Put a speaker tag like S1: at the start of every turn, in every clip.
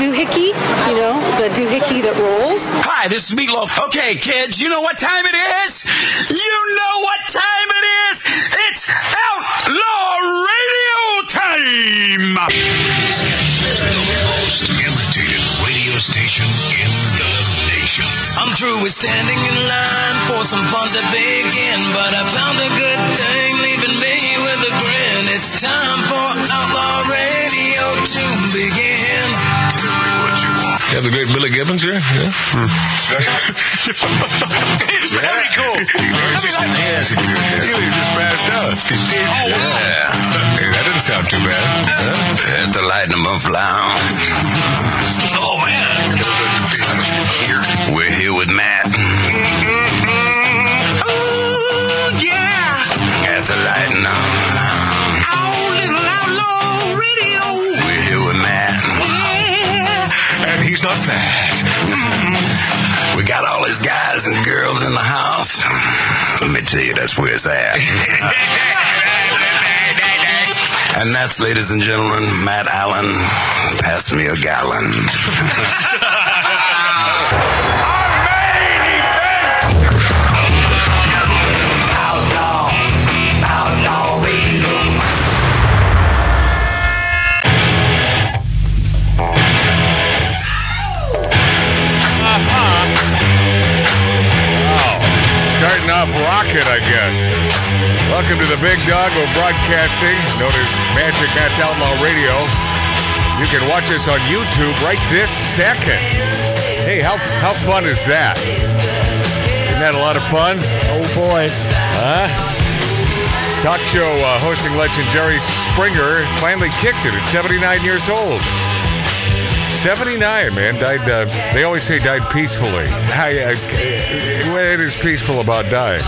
S1: doohickey, you know, the doohickey that rolls.
S2: Hi, this is Meatloaf. Okay, kids, you know what time it is? You know what time it is? It's Outlaw Radio time!
S3: The most imitated radio station in the nation.
S4: I'm through with standing in line for some fun to begin, but I found a good thing leaving me with a grin. It's time for Outlaw Radio to begin.
S3: Tell me what you want.
S5: Yeah, the great Billy Gibbons here. Yeah.
S3: it's very cool.
S5: He was just passed out. Oh,
S3: Yeah.
S5: Hey, that didn't sound too bad. Huh?
S3: At the Lightning Buff Lounge. Oh, man. We're here with Matt.
S2: Ooh, yeah!
S3: At the Lightning Lounge.
S2: Our little Outlaw Radio!
S3: We're here with Matt.
S2: Yeah!
S5: And he's not fat.
S3: Mm-hmm. We got all these guys and girls in the house. Let me tell you, that's where it's at. And that's, ladies and gentlemen, Matt Allen. Pass me a gallon.
S5: Starting off rocket, I guess. Welcome to the Big Dog of Broadcasting, known as Magic Matt's Outlaw Radio. You can watch us on YouTube right this second. Hey, how, how fun is that? Isn't that a lot of fun? Oh, boy. Huh? Talk show uh, hosting legend Jerry Springer finally kicked it at 79 years old. 79, man. Died, uh, they always say died peacefully. I, I, it is peaceful about dying.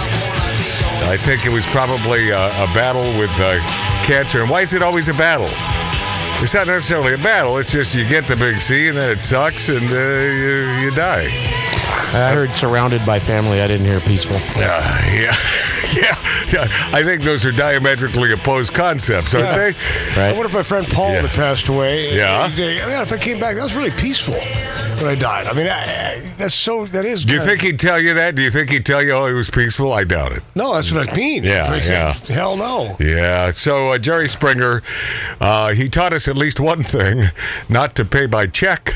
S5: I think it was probably uh, a battle with uh, cancer. And why is it always a battle? It's not necessarily a battle. It's just you get the big C and then it sucks and uh, you, you die.
S6: I heard surrounded by family. I didn't hear peaceful.
S5: Uh, yeah. Yeah, yeah, I think those are diametrically opposed concepts, aren't they?
S6: Right.
S7: I wonder if my friend Paul
S5: Yeah.
S7: that passed away.
S5: Yeah.
S7: he- he- I mean, if I came back, that was really peaceful when I died. I mean, I, I, that's so. That is.
S5: Do you
S7: kind of-
S5: think he'd tell you that? Do you think he'd tell you, oh, it was peaceful? I doubt it.
S7: No, that's what I mean.
S5: Yeah,
S7: Like,
S5: yeah.
S7: Hell no.
S5: Yeah. So uh, Jerry Springer, uh, he taught us at least one thing: not to pay by check.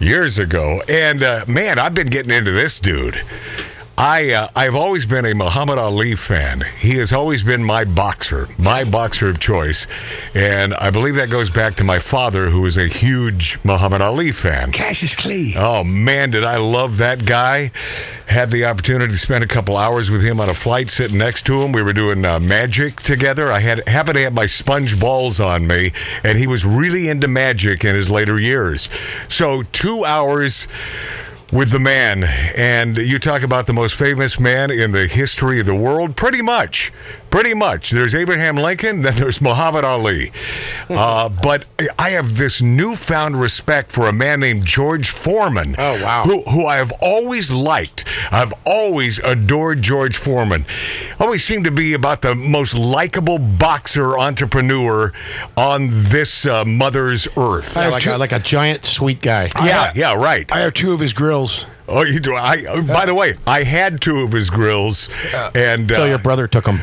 S5: Years ago, and uh, man, I've been getting into this dude. I uh, I've always been a Muhammad Ali fan. He has always been my boxer, my boxer of choice, and I believe that goes back to my father, who was a huge Muhammad Ali fan.
S7: Cassius Clay.
S5: Oh man, did I love that guy! Had the opportunity to spend a couple hours with him on a flight, sitting next to him. We were doing uh, magic together. I had happened to have my sponge balls on me, and he was really into magic in his later years. So two hours with the man, and you talk about the most famous man in the history of the world, pretty much. Pretty much. There's Abraham Lincoln, then there's Muhammad Ali. Uh, but I have this newfound respect for a man named George Foreman.
S6: Oh, wow.
S5: Who, who I have always liked. I've always adored George Foreman. Always seemed to be about the most likable boxer entrepreneur on this uh, mother's earth.
S6: Yeah, like, a, like a giant sweet guy.
S5: yeah, yeah, right.
S7: I have two of his grills.
S5: Oh, you do. I. oh, By the way, I had two of his grills, and uh,
S6: Until your brother took him.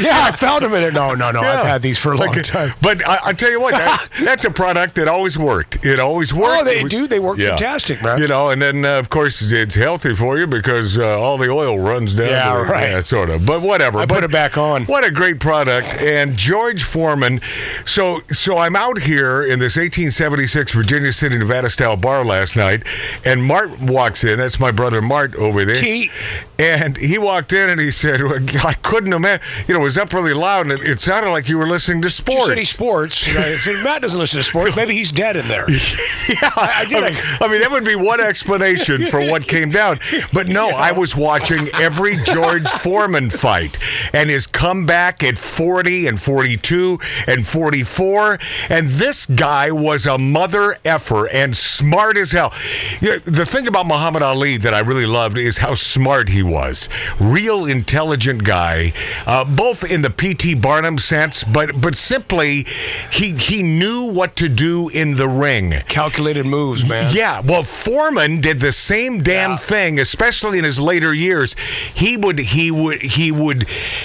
S7: yeah, I found him in it. No, no, no.
S5: yeah.
S7: I've had these for a long
S5: Like,
S7: time.
S5: But I, I tell you what, that, that's a product that always worked. It always worked.
S7: Oh, they
S5: It was-
S7: do. They work fantastic, man.
S5: You know, and then uh, of course it's healthy for you because uh, all the oil runs down.
S7: Yeah,
S5: to the-
S7: right.
S5: Yeah, sort of. But whatever.
S7: I
S5: but
S7: put it back on.
S5: What a great product! And George Foreman. So, so I'm out here in this 1876 Virginia City, Nevada style bar last night, and Mart walks in. That's my brother Mart over there.
S7: T.
S5: And he walked in and he said, well, "I couldn't imagine." You know, it was up really loud, and it, it sounded like you were listening to
S7: She
S5: sports.
S7: said he sports. and I said, Matt doesn't listen to sports. Maybe he's dead in there.
S5: Yeah, I,
S7: did.
S5: mean, I mean, that would be one explanation for what came down. But no, I was watching every George Foreman fight and his comeback at 40 and 42 and 44. And this guy was a mother effer and smart as hell. You know, the thing about Muhammad Ali. Ali that I really loved is how smart he was. Real intelligent guy, uh, both in the P.T. Barnum sense, but but simply he he knew what to do in the ring.
S7: Calculated moves, man.
S5: Yeah, well, Foreman did the same damn thing, especially in his later years. He would, he would, he would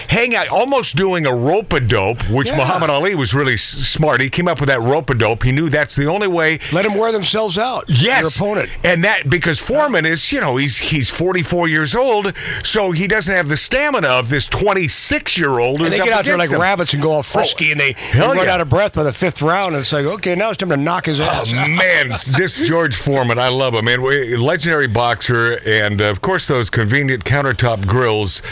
S5: hang out, almost doing a rope a dope, which
S7: Yeah.
S5: Muhammad Ali was really s- smart. He came up with that rope a dope. He knew that's the only way.
S7: Let them wear themselves out. Your
S5: Yes,
S7: opponent.
S5: and that because Foreman is, you know, he's he's 44 years old, so he doesn't have the stamina of this 26 year old.
S7: And they get out there like rabbits and go all frisky, and they, they
S5: Oh, hell
S7: run
S5: yeah.
S7: out of breath by the fifth round. And it's like, okay, now it's time to knock his ass.
S5: Oh, man, this George Foreman, I love him, man. We- Legendary boxer, and uh, of course those convenient countertop grills.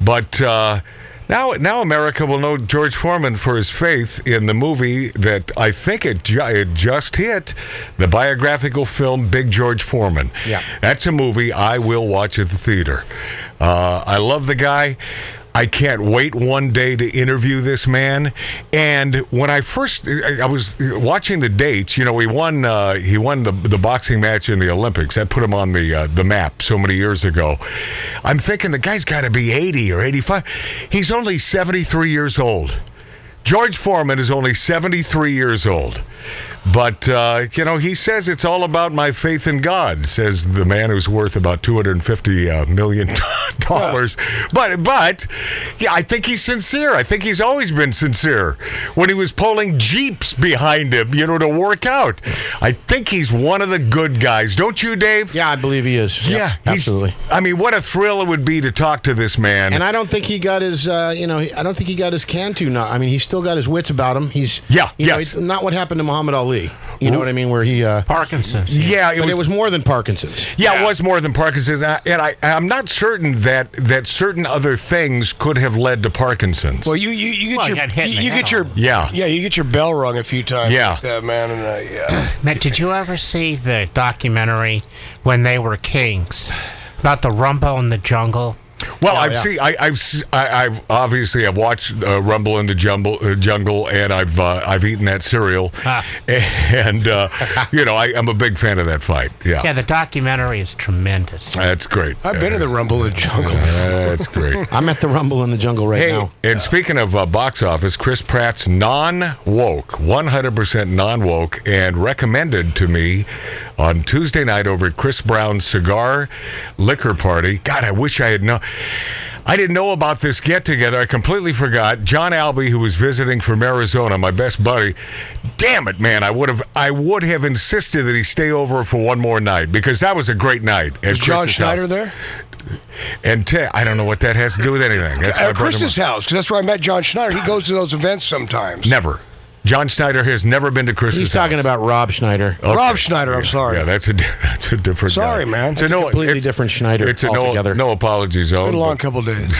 S5: But uh, now, now America will know George Foreman for his faith in the movie that I think it, ju- it just hit, the biographical film Big George Foreman.
S6: Yeah.
S5: that's a movie I will watch at the theater. Uh, I love the guy. I can't wait one day to interview this man. And when I first, I I was watching the dates. You know, he won. Uh, he won the the boxing match in the Olympics. That put him on the uh, the map so many years ago. I'm thinking the guy's got to be 80 or 85. He's only 73 years old. George Foreman is only 73 years old. But, uh, you know, he says it's all about my faith in God, says the man who's worth about $250 uh, million. dollars. But, but, yeah, I think he's sincere. I think he's always been sincere. When he was pulling Jeeps behind him, you know, to work out, I think he's one of the good guys. Don't you, Dave?
S6: Yeah, I believe he is. Yep,
S5: Yeah, he's-
S6: absolutely.
S5: I mean, what a thrill it would be to talk to this man.
S6: And I don't think he got his, uh, you know, I don't think he got his Cantu. Not, I mean, he's still got his wits about him. He's
S5: Yeah,
S6: you know,
S5: yes.
S6: it's not what happened to Muhammad Ali. You know what I mean? Where he, uh,
S8: Parkinson's.
S5: yeah, it
S6: but
S5: was
S6: it was more than Parkinson's.
S5: Yeah, it was more than Parkinson's, I- and I, I'm not certain that that certain other things could have led to Parkinson's.
S7: Well, you you, you get
S8: Well,
S7: your
S8: he got hit in
S7: you,
S8: the
S7: you
S8: head
S7: get your
S8: on.
S5: Yeah.
S7: yeah you get your bell rung a few times.
S5: Yeah.
S7: like that man and uh, yeah.
S8: Matt, did you ever see the documentary when they were kings about the rumble in the jungle?
S5: Well, I've seen, I, I've, s- I, have obviously I've watched uh, Rumble in the Jumble, uh, Jungle, and I've uh, I've eaten that cereal,
S8: Ah.
S5: and uh, you know I, I'm a big fan of that fight. Yeah,
S8: Yeah, the documentary is tremendous.
S5: that's great.
S7: I've been to the Rumble in the Jungle.
S5: That's great.
S6: I'm at the Rumble in the Jungle right
S5: Hey,
S6: now.
S5: and speaking of uh, box office, Chris Pratt's non woke, 100% non woke, and recommended to me on Tuesday night over at Chris Brown's cigar liquor party. God, I wish I had known. I didn't know about this get together. I completely forgot. John Albee, who was visiting from Arizona, my best buddy. Damn it, man! I would have, I would have insisted that he stay over for one more night because that was a great night. at
S7: Is John
S5: Chris's house.
S7: Schneider there?
S5: and Ted. I don't know what that has to do with anything. That's my
S7: At
S5: brother-
S7: Uh, Chris's house, 'cause that's where I met John Schneider. He goes to those events sometimes.
S5: Never. John Snyder has never been to Chris's.
S6: He's talking
S5: house.
S6: about Rob Schneider.
S5: Okay.
S7: Rob Schneider, I'm sorry.
S5: Yeah, that's a di- that's a different.
S7: Sorry,
S5: guy.
S7: man.
S5: It's a
S7: It's
S5: no,
S6: completely different Schneider
S5: It's a no,
S6: altogether.
S5: no apologies zone.
S7: Been a long
S5: but-
S7: couple days.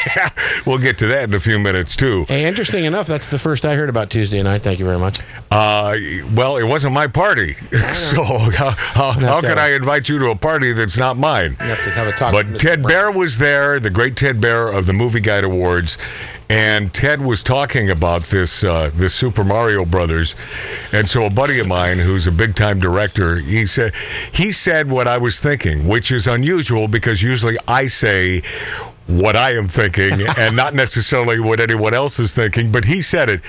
S5: we'll get to that in a few minutes too.
S6: Hey, interesting enough, that's the first I heard about Tuesday night. Thank you very much.
S5: Uh, well, it wasn't my party, so how, how, how
S6: to-
S5: can I invite you to a party that's not mine?
S6: You have to have a talk.
S5: But
S6: with Mr.
S5: Ted
S6: Brown.
S5: Bear was there, the great Ted Bear of the Movie Guide Awards, and Ted was talking about this uh, this Super Mario Brothers, and so a buddy of mine who's a big time director, he said he said what I was thinking, which is unusual because usually I say what I am thinking and not necessarily what anyone else is thinking, but he said it.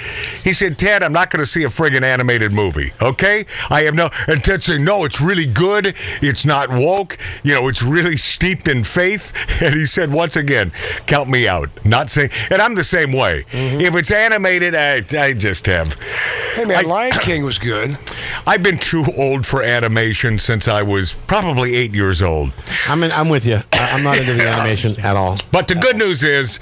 S5: He said, Ted, I'm not going to see a friggin' animated movie, okay? I have no. And Ted said, no, it's really good. It's not woke. You know, it's really steeped in faith. And he said, once again, count me out. Not saying, and I'm the same way. If it's animated, I, I just have.
S7: Hey man, Lion King was good.
S5: I've been too old for animation since I was probably eight years old.
S6: I'm in, I'm with you. I- I'm not into the animation at all.
S5: But the good news is,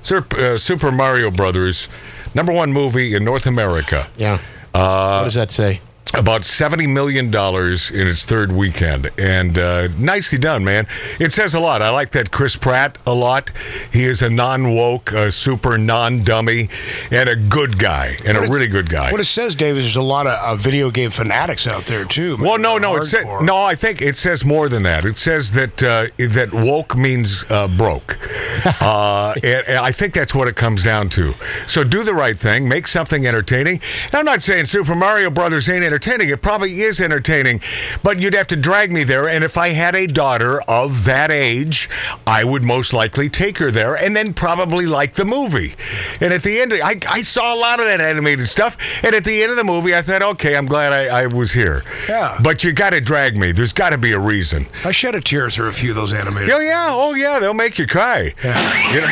S5: Sur- uh, Super Mario Brothers, number one movie in North America.
S6: Yeah. Uh, what does that say?
S5: About seventy million dollars in its third weekend, and uh, nicely done, man. It says a lot. I like that Chris Pratt a lot. He is a non woke, uh, super non dummy, and a good guy, and a really good guy.
S7: What it says, Dave, is there's a lot of uh, video game fanatics out there too. man.
S5: Well, no, no, it said,
S7: Hardcore.
S5: no. I think it says more than that. It says that uh, that woke means uh, broke, uh, and, and I think that's what it comes down to. So do the right thing, make something entertaining. And I'm not saying Super Mario Brothers ain't entertaining. entertaining. It probably is entertaining, but you'd have to drag me there. And if I had a daughter of that age, I would most likely take her there and then probably like the movie. And at the end, I, I saw a lot of that animated stuff. And at the end of the movie, I thought, okay, I'm glad I, I was here.
S7: Yeah.
S5: But you got to drag me. There's got to be a reason.
S7: I shed a tear through a few of those animated.
S5: Oh yeah, oh yeah, they'll make you cry. Yeah, you know,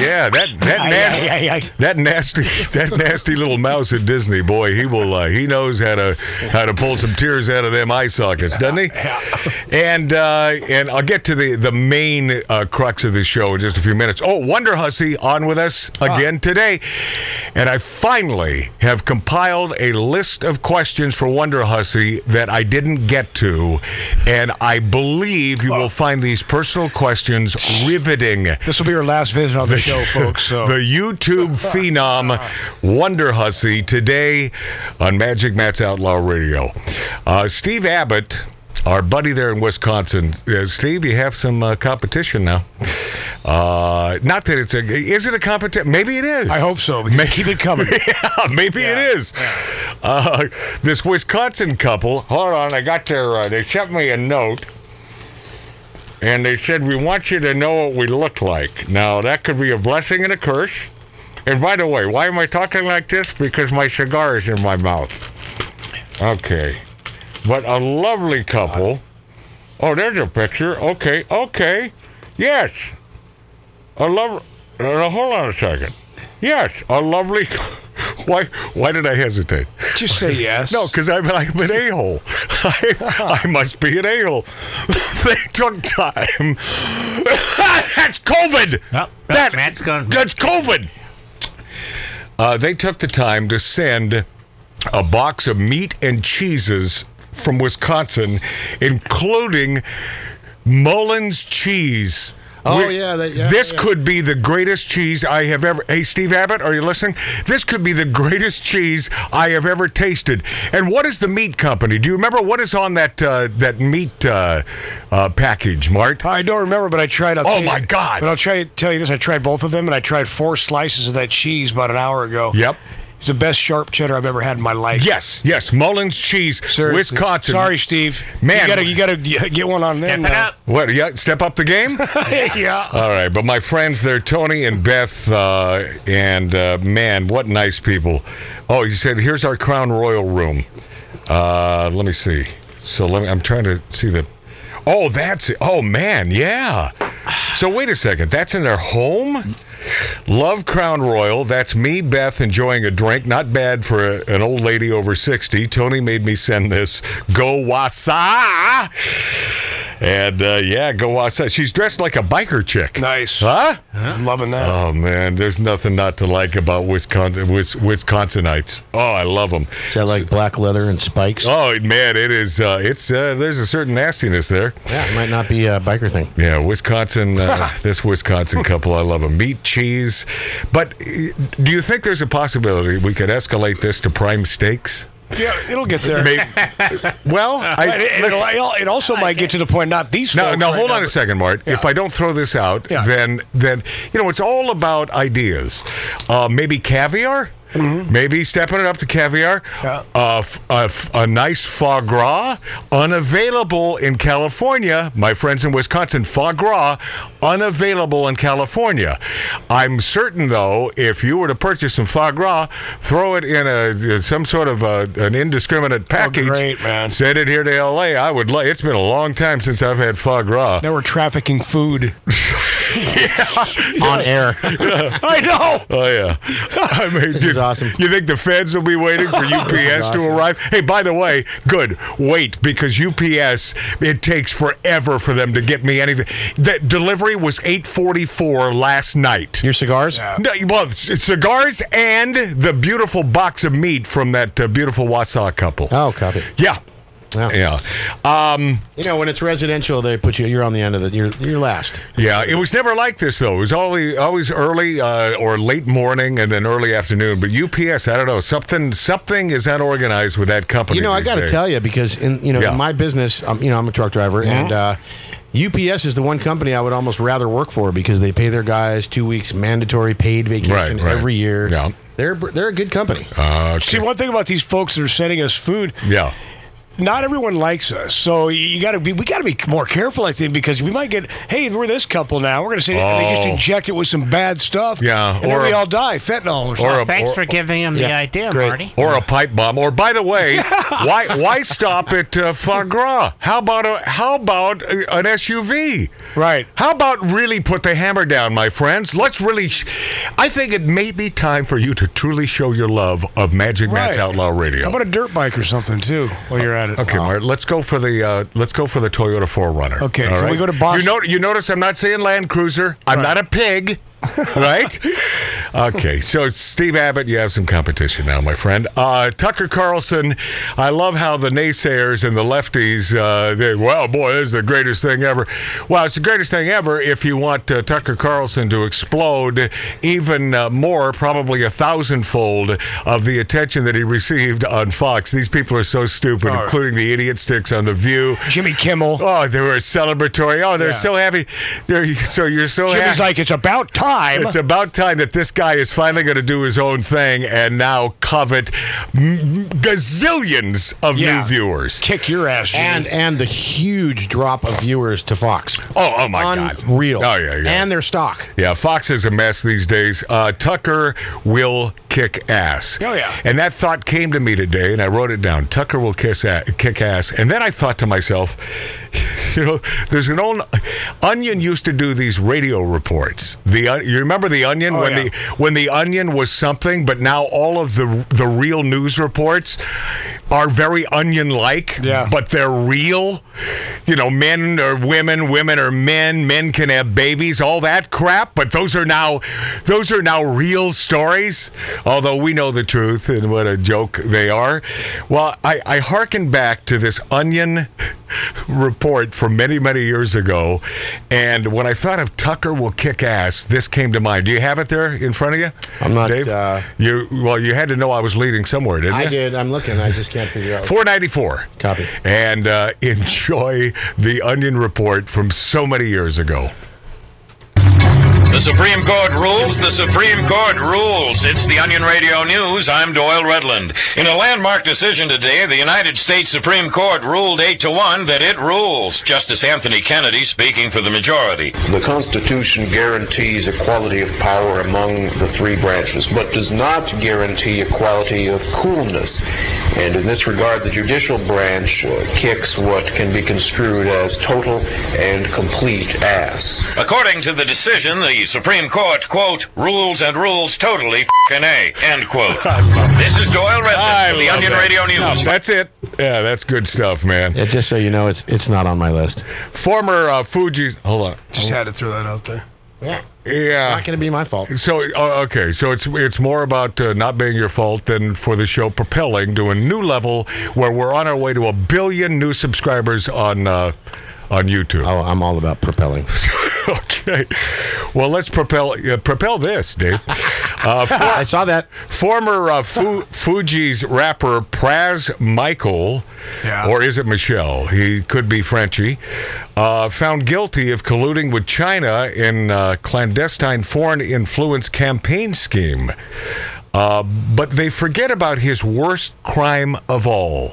S5: yeah that that nasty, that nasty, that nasty little mouse at Disney, boy, he will, uh, he knows how to how to pull some tears out of them eye sockets, doesn't he? And uh, and I'll get to the the main uh, crux of this show in just a few minutes. Oh, Wonder Hussy on with us again today, and I finally have compiled a list of questions for Wonder Hussy that I didn't get to, and I believe you will find these personal questions riveting.
S7: This will be your last visit on the show, folks. So
S5: The YouTube phenom Wonder Hussy today on Magic Matt's Outlaw Radio. Uh, Steve Abbott, our buddy there in Wisconsin. Uh, Steve, you have some uh, competition now. Uh, not that it's a. Is it a competition? Maybe it is.
S7: I hope so. because keep it coming.
S5: Yeah, maybe it is. Uh, this Wisconsin couple. Hold on, I got their. Uh, they sent me a note, and they said we want you to know what we look like. Now that could be a blessing and a curse. And by the way, why am I talking like this? Because my cigar is in my mouth. Okay, but a lovely couple. Oh, there's a picture. Okay, okay, yes. A love. Uh, hold on a second. Yes, a lovely. Why? Why did I hesitate?
S7: Just say yes.
S5: No, because I'm, I'm an a hole. I, I must be an a hole. they took time. that's COVID.
S8: Yep, yep, Matt's gone.
S5: That's COVID. Uh, they took the time to send a box of meat and cheeses from Wisconsin, including Mullins cheese.
S6: Oh,
S5: We-
S6: yeah, that- yeah,
S5: this
S6: yeah.
S5: could be the greatest cheese I have ever. Hey, Steve Abbott, are you listening? This could be the greatest cheese I have ever tasted. And what is the meat company? Do you remember what is on that uh, that meat uh, uh, package, Mart?
S7: I don't remember, but I tried. I'll
S5: Oh,
S7: tell you-
S5: my God.
S7: But I'll try to tell you this: I tried both of them, and I tried four slices of that cheese about an hour ago.
S5: Yep.
S7: it's the best sharp cheddar I've ever had in my life.
S5: Yes, yes, Mullins cheese,
S7: Seriously.
S5: Wisconsin.
S7: Sorry, Steve.
S5: Man.
S7: you gotta, you gotta g- get one on them.
S8: Step it
S7: now.
S8: up.
S5: What? Yeah, step up the game.
S7: yeah.
S5: All right, but my friends there, Tony and Beth, uh, and uh, man, what nice people. Oh, he said, here's our Crown Royal room. Uh, let me see. So let me, I'm trying to see the. Oh, that's it. Oh, man, yeah. So wait a second. That's in their home? Love Crown Royal. That's me, Beth, enjoying a drink. Not bad for a, an old lady over 60. Tony made me send this. Go Wasa! And uh, yeah, go Wasa. She's dressed like a biker chick.
S7: Nice.
S5: Huh?
S7: I'm loving that.
S5: Oh man, there's nothing not to like about Wisconsin Wis- Wisconsinites. Oh, I love them.
S6: Is that like black leather and spikes?
S5: Oh man, it is. Uh, it's uh, there's a certain nastiness there.
S6: Yeah, it might not be a biker thing.
S5: Yeah, Wisconsin. Uh, this Wisconsin couple, I love them. Meat, cheese, but uh, do you think there's a possibility we could escalate this to prime steaks?
S7: Yeah, it'll get there.
S5: May- well, I,
S7: But it,
S5: listen-
S7: it'll- it'll- it also might get to the point. Not these.
S5: Now,
S7: folks
S5: now
S7: right
S5: hold
S7: now,
S5: on a
S7: but-
S5: second, Mart. If I don't throw this out,
S7: Yeah.
S5: then then you know it's all about ideas. Uh, maybe caviar. Maybe stepping it up to caviar.
S7: Mm-hmm. Yeah.
S5: Uh, f- a f- a nice foie gras, unavailable in California. My friends in Wisconsin, foie gras, unavailable in California. I'm certain though, if you were to purchase some foie gras, throw it in a some sort of a, an indiscriminate package.
S7: Oh, great, man.
S5: Send it here to L.A. I would. Li- it's been a long time since I've had foie gras.
S7: Now we're trafficking food.
S6: On air.
S7: I know.
S5: Oh yeah, I mean,
S6: This is awesome.
S5: You think the feds will be waiting for UPS to
S6: awesome.
S5: arrive? Hey, by the way, good. Wait, because UPS it takes forever for them to get me anything. That delivery was eight forty four last night.
S6: Your cigars?
S5: No, well, c- cigars and the beautiful box of meat from that uh, beautiful Wausau couple.
S6: Oh, copy.
S5: Yeah,
S6: Yeah.
S5: yeah. Um,
S6: You know, when it's residential, they put you. You're on the end of it. You're you're last.
S5: Yeah, it was never like this though. It was always always early uh, or late morning and then early afternoon. But UPS, I don't know, something something is unorganized with that company.
S6: You know, I
S5: these
S6: got to
S5: days.
S6: tell you because in you know
S5: Yeah. Mm-hmm.
S6: in my business, um, you know, I'm a truck driver, and uh, UPS is the one company I would almost rather work for because they pay their guys two weeks mandatory paid vacation
S5: Right, right.
S6: every year.
S5: Yeah.
S6: They're they're a good company.
S5: Uh,
S7: See, one thing about these folks that are sending us food,
S5: yeah.
S7: not everyone likes us. So you- you got to be, we got to be more careful, I think, because we might get, hey, we're this couple now. We're going to say they just
S5: Oh.
S7: inject it with some bad stuff.
S5: Yeah,
S7: And
S5: or
S7: then we
S5: a-
S7: all die, fentanyl or
S5: or
S7: something.
S5: a-
S8: Thanks
S5: or-
S8: for giving him the
S6: yeah,
S8: idea,
S6: great.
S8: Marty.
S5: Or a pipe bomb. Or by the way, why why stop at uh, foie gras? How about a how about a, an SUV?
S7: Right.
S5: How about really put the hammer down, my friends? Let's really. Sh- I think it may be time for you to truly show your love of Magic Matt's
S7: Right.
S5: Outlaw Radio.
S7: How about a dirt bike or something, too, while you're at it?
S5: Okay, Mart. Let's go for the uh, let's go for the Toyota 4Runner.
S7: Uh-huh. Okay,
S5: All
S7: can we go to Boston?
S5: You, know, you notice I'm not saying Land Cruiser. I'm not a pig, right? okay, so Steve Abbott, you have some competition now, my friend. Uh, Tucker Carlson. I love how the naysayers and the lefties. Uh, they, well, boy, this is the greatest thing ever. Well, it's the greatest thing ever if you want uh, Tucker Carlson to explode even uh, more, probably a thousandfold of the attention that he received on Fox. These people are so stupid,
S7: Sorry.
S5: including the idiot sticks on the View.
S7: Jimmy Kimmel.
S5: Oh, they were celebratory. Oh, they're
S7: Yeah.
S5: so happy. They're, so you're so
S7: Jimmy's
S5: happy.
S7: like, it's about time.
S5: Oh, It's about time that this guy is finally going to do his own thing and now covet m- gazillions of
S7: Yeah.
S5: new viewers.
S7: Kick your ass, Jimmy.
S6: And and the huge drop of viewers to Fox.
S5: Oh, oh my God.
S6: Unreal.
S5: Oh, yeah, yeah.
S6: And their stock.
S5: Yeah, Fox is a mess these days. Uh, Tucker will kick ass.
S7: Oh, yeah.
S5: And that thought came to me today, and I wrote it down. Tucker will kiss a- kick ass. And then I thought to myself, you know, there's an old Onion used to do these radio reports. TheOn- you remember the Onion
S7: Oh,
S5: when
S7: yeah.
S5: the when the Onion was something, but now all of the the real news reports are very Onion like.
S7: Yeah.
S5: But they're real. You know, men are women, women are men, men can have babies, all that crap. But those are now, those are now real stories. Although we know the truth and what a joke they are. Well, I, I hearken back to this Onion report from many, many years ago, and when I thought of Tucker will kick ass, this came to mind. Do you have it there in front of you?
S6: I'm not,
S5: Dave.
S6: uh,
S5: you well, you had to know I was leading somewhere, didn't you?
S6: I did. I'm looking. I just can't figure out.
S5: 494.
S6: Copy.
S5: And uh, enjoy the Onion Report from so many years ago.
S9: The Supreme Court rules, the Supreme Court rules. It's the Onion Radio News. I'm Doyle Redland. In a landmark decision today, the United States Supreme Court ruled 8 to 1 that it rules. Justice Anthony Kennedy speaking for the majority.
S10: The Constitution guarantees equality of power among the three branches, but does not guarantee equality of coolness. And in this regard, the judicial branch uh, kicks what can be construed as total and complete ass.
S9: According to the decision, the Supreme Court, quote, rules and rules totally fing A, end quote. This is Doyle Redland for the
S5: love
S9: Onion
S5: that.
S9: Radio News.
S5: That's it. Yeah, that's good stuff, man.
S6: Yeah, just so you know, it's it's not on my list.
S5: Former uh, Fuji. Hold on.
S7: Just had to throw that out there.
S6: Yeah.
S5: Yeah.
S6: Not going to be my fault.
S5: So uh, okay, so it's it's more about uh, not being your fault than for the show propelling to a new level where we're on our way to a billion new subscribers on uh, on YouTube.
S6: Oh, I'm all about propelling.
S5: okay, well let's propel uh, propel this, Dave. Uh, for-
S6: I saw that.
S5: Former uh, Fu- Fuji's rapper Praz Michael,
S7: Yeah.
S5: or is it Michelle? He could be Frenchy. Uh, found guilty of colluding with China in uh, clandestine foreign influence campaign scheme. Uh, but they forget about his worst crime of all.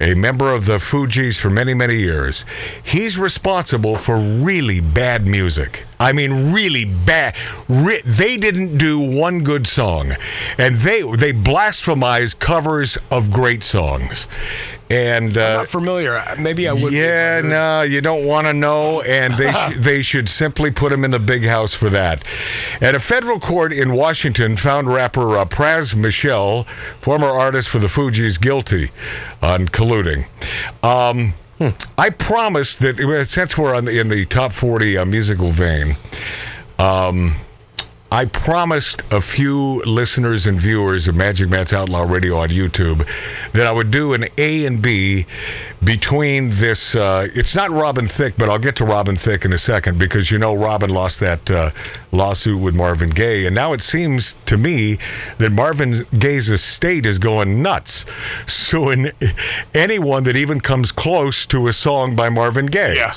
S5: A member of the Fugees for many, many years. He's responsible for really bad music. I mean, really bad. Re- they didn't do one good song, and they they blasphemize covers of great songs. And uh,
S7: Not familiar. I- Maybe I would. be.
S5: yeah, no, you don't want to know, and they sh- they should simply put him in the big house for that. At a federal court in Washington, found rapper uh, Praz Michel, former artist for the Fugees, guilty on colluding. Um,
S7: Hmm.
S5: I promised that well, since we're on the, in the top forty uh, musical vein. Um, I promised a few listeners and viewers of Magic Matt's Outlaw Radio on YouTube that I would do an A and B between this. Uh, it's not Robin Thicke, but I'll get to Robin Thicke in a second because you know Robin lost that uh, lawsuit with Marvin Gaye, and now it seems to me that Marvin Gaye's estate is going nuts, suing anyone that even comes close to a song by Marvin Gaye.
S7: Yeah.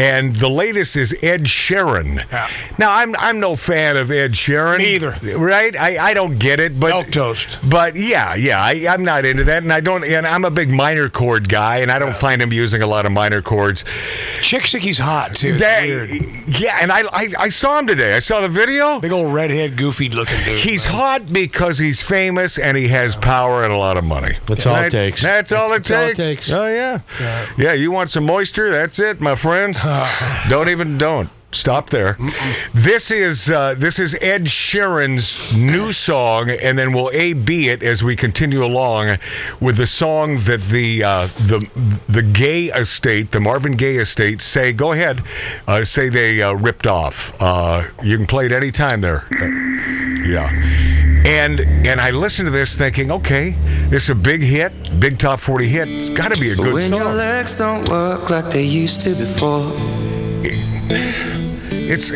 S5: And the latest is Ed Sheeran.
S7: Yeah.
S5: Now I'm I'm no fan of Ed. Ed Sheeran.
S7: Me either.
S5: Right? I, I don't get it, but
S7: Elk toast.
S5: But yeah, yeah, I, I'm not into that, and I don't. And I'm a big minor chord guy, and I don't find him using a lot of minor chords.
S7: Chick Sicky's hot too. It's
S5: That-
S7: weird.
S5: yeah, and I, I I saw him today. I saw the video.
S7: Big old redhead, goofy looking dude.
S5: He's hot because he's famous and he has power and a lot of money.
S6: That's all it
S5: Right?
S6: takes.
S5: That's all it
S6: That's all it
S5: takes.
S6: takes.
S5: Oh yeah. yeah, You want some moisture? That's it, my friend. don't even don't stop there. This is uh, this is Ed Sheeran's new song, and then we'll a b it as we continue along with the song that the uh, the the Gay Estate, the Marvin Gaye Estate, say go ahead, uh, say they uh, ripped off. Uh, you can play it any time there. Yeah. And and I listened to this thinking, okay, this is a big hit, big top 40 hit. It's got to be a good
S4: When your
S5: song.
S4: legs don't work like they used to before,
S5: It's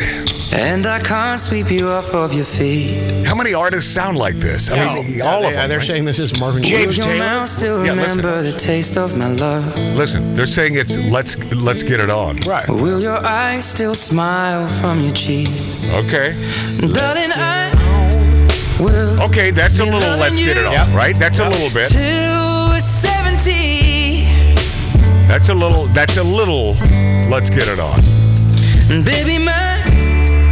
S4: and I can't sweep you off of your feet.
S5: how many artists sound like this? I mean,
S6: Yeah,
S5: all
S6: they,
S5: of them.
S6: They're
S5: right?
S6: saying this is Marvin Gaye.
S4: Will your
S5: Taylor?
S4: mouth still
S5: Yeah, listen.
S4: remember the taste of my love?
S5: Listen, they're saying it's let's let's get it on.
S7: right.
S4: Will your eyes still smile from your cheek?
S5: Okay.
S4: Darling, I will
S5: Okay, that's a
S4: Me
S5: little
S4: loving
S5: let's get it
S4: you.
S5: on, right? That's a little bit.
S4: till we're 70.
S5: That's a little that's a little let's get it on.
S4: And baby, my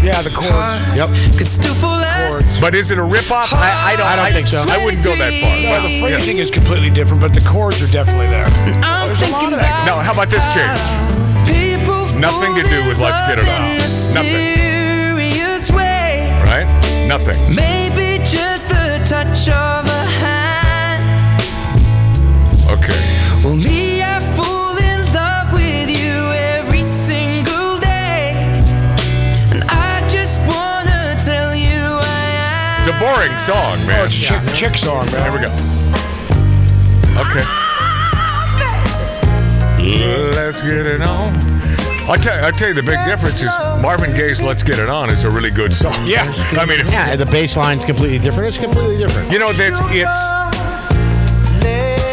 S7: Yeah, the chords.
S4: heart
S6: Yep.
S4: could still fall out.
S5: But is it a rip off? I, I don't
S4: I don't think so.
S5: I wouldn't go that far.
S7: Well, the
S5: Yeah.
S7: phrasing is completely different, but the chords are definitely there.
S4: I'm
S7: There's a lot
S4: thinking
S7: of that.
S4: about
S5: No, how about this change?
S4: People
S5: Nothing to do with Let's Get It On.
S4: Nothing. Way.
S5: Right? Nothing.
S4: Maybe just the touch of a hand.
S5: Okay.
S4: Well, me, I fall in love with you every single day. And I just wanna tell you I
S5: It's
S4: am.
S5: a boring song,
S7: Oh,
S5: man.
S7: it's a chick, chick song, man. Here we go.
S5: Okay. Let's get it on. I tell, I tell you, the big difference is Marvin Gaye's "Let's Get It On" is a really good song.
S7: Yeah.
S5: I mean,
S6: Yeah, the bass line's completely different. It's completely different.
S5: you know, that's it's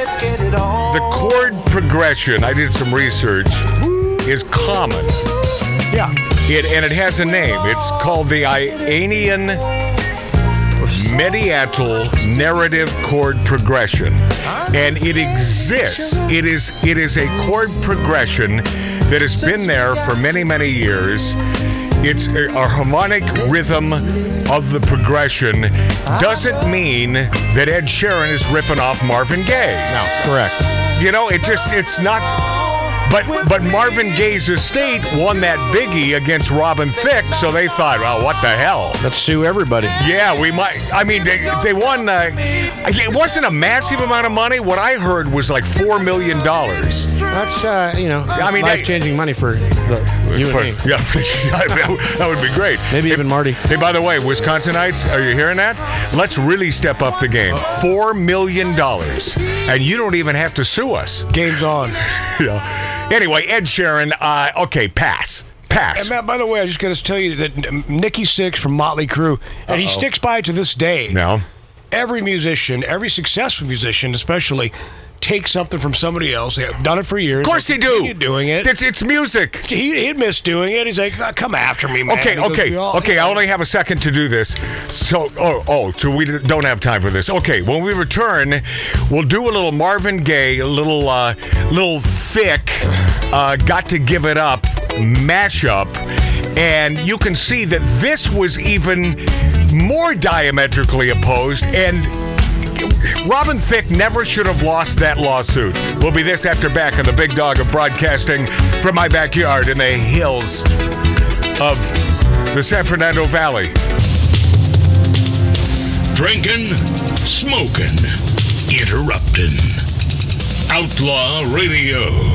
S4: Let's get it on.
S5: the chord progression. I did some research. Is common.
S7: Yeah.
S5: It and it has a name. It's called the Ionian Mediatal Narrative Chord Progression, and it exists. It is it is a chord progression that has been there for many many years. It's a, a harmonic rhythm of the progression. Doesn't mean that Ed Sheeran is ripping off Marvin Gaye.
S6: No, correct.
S5: You know, it just it's not. But but Marvin Gaye's estate won that biggie against Robin Thicke, so they thought, well, what the hell?
S6: Let's sue everybody.
S5: Yeah, we might. I mean, they, they won. Uh, it wasn't a massive amount of money. What I heard was like four million dollars.
S6: That's uh, you know,
S5: I mean, they-
S6: life changing money for the you
S5: For-
S6: and me.
S5: Yeah, that would be great.
S6: Maybe even Marty.
S5: Hey, by the way, Wisconsinites, are you hearing that? Let's really step up the game. Four million dollars, and you don't even have to sue us.
S7: Game's on.
S5: yeah. Anyway, Ed Sheeran. Uh, okay, pass. Pass.
S7: And Matt, by the way, I just got to tell you that um, Nikki Six from Motley Crue, and he sticks by it to this day.
S5: No.
S7: Every musician, every successful musician, especially, takes something from somebody else. They've done it for years.
S5: Of course they do.
S7: Continue doing it.
S5: It's, it's music.
S7: he, he'd miss doing it. He's like, "Ah, come after me, man.
S5: Okay,
S7: He goes,
S5: okay,
S7: "We all-
S5: okay. I only have a second to do this. So, oh, oh, so we don't have time for this. Okay, when we return, we'll do a little Marvin Gaye, a little, uh, little thick, uh, got to give it up mashup, and you can see that this was even more diametrically opposed and. Robin Thicke never should have lost that lawsuit. We'll be this after back on the big dog of broadcasting from my backyard in the hills of the San Fernando Valley.
S3: Drinking, smoking, interrupting. Outlaw Radio.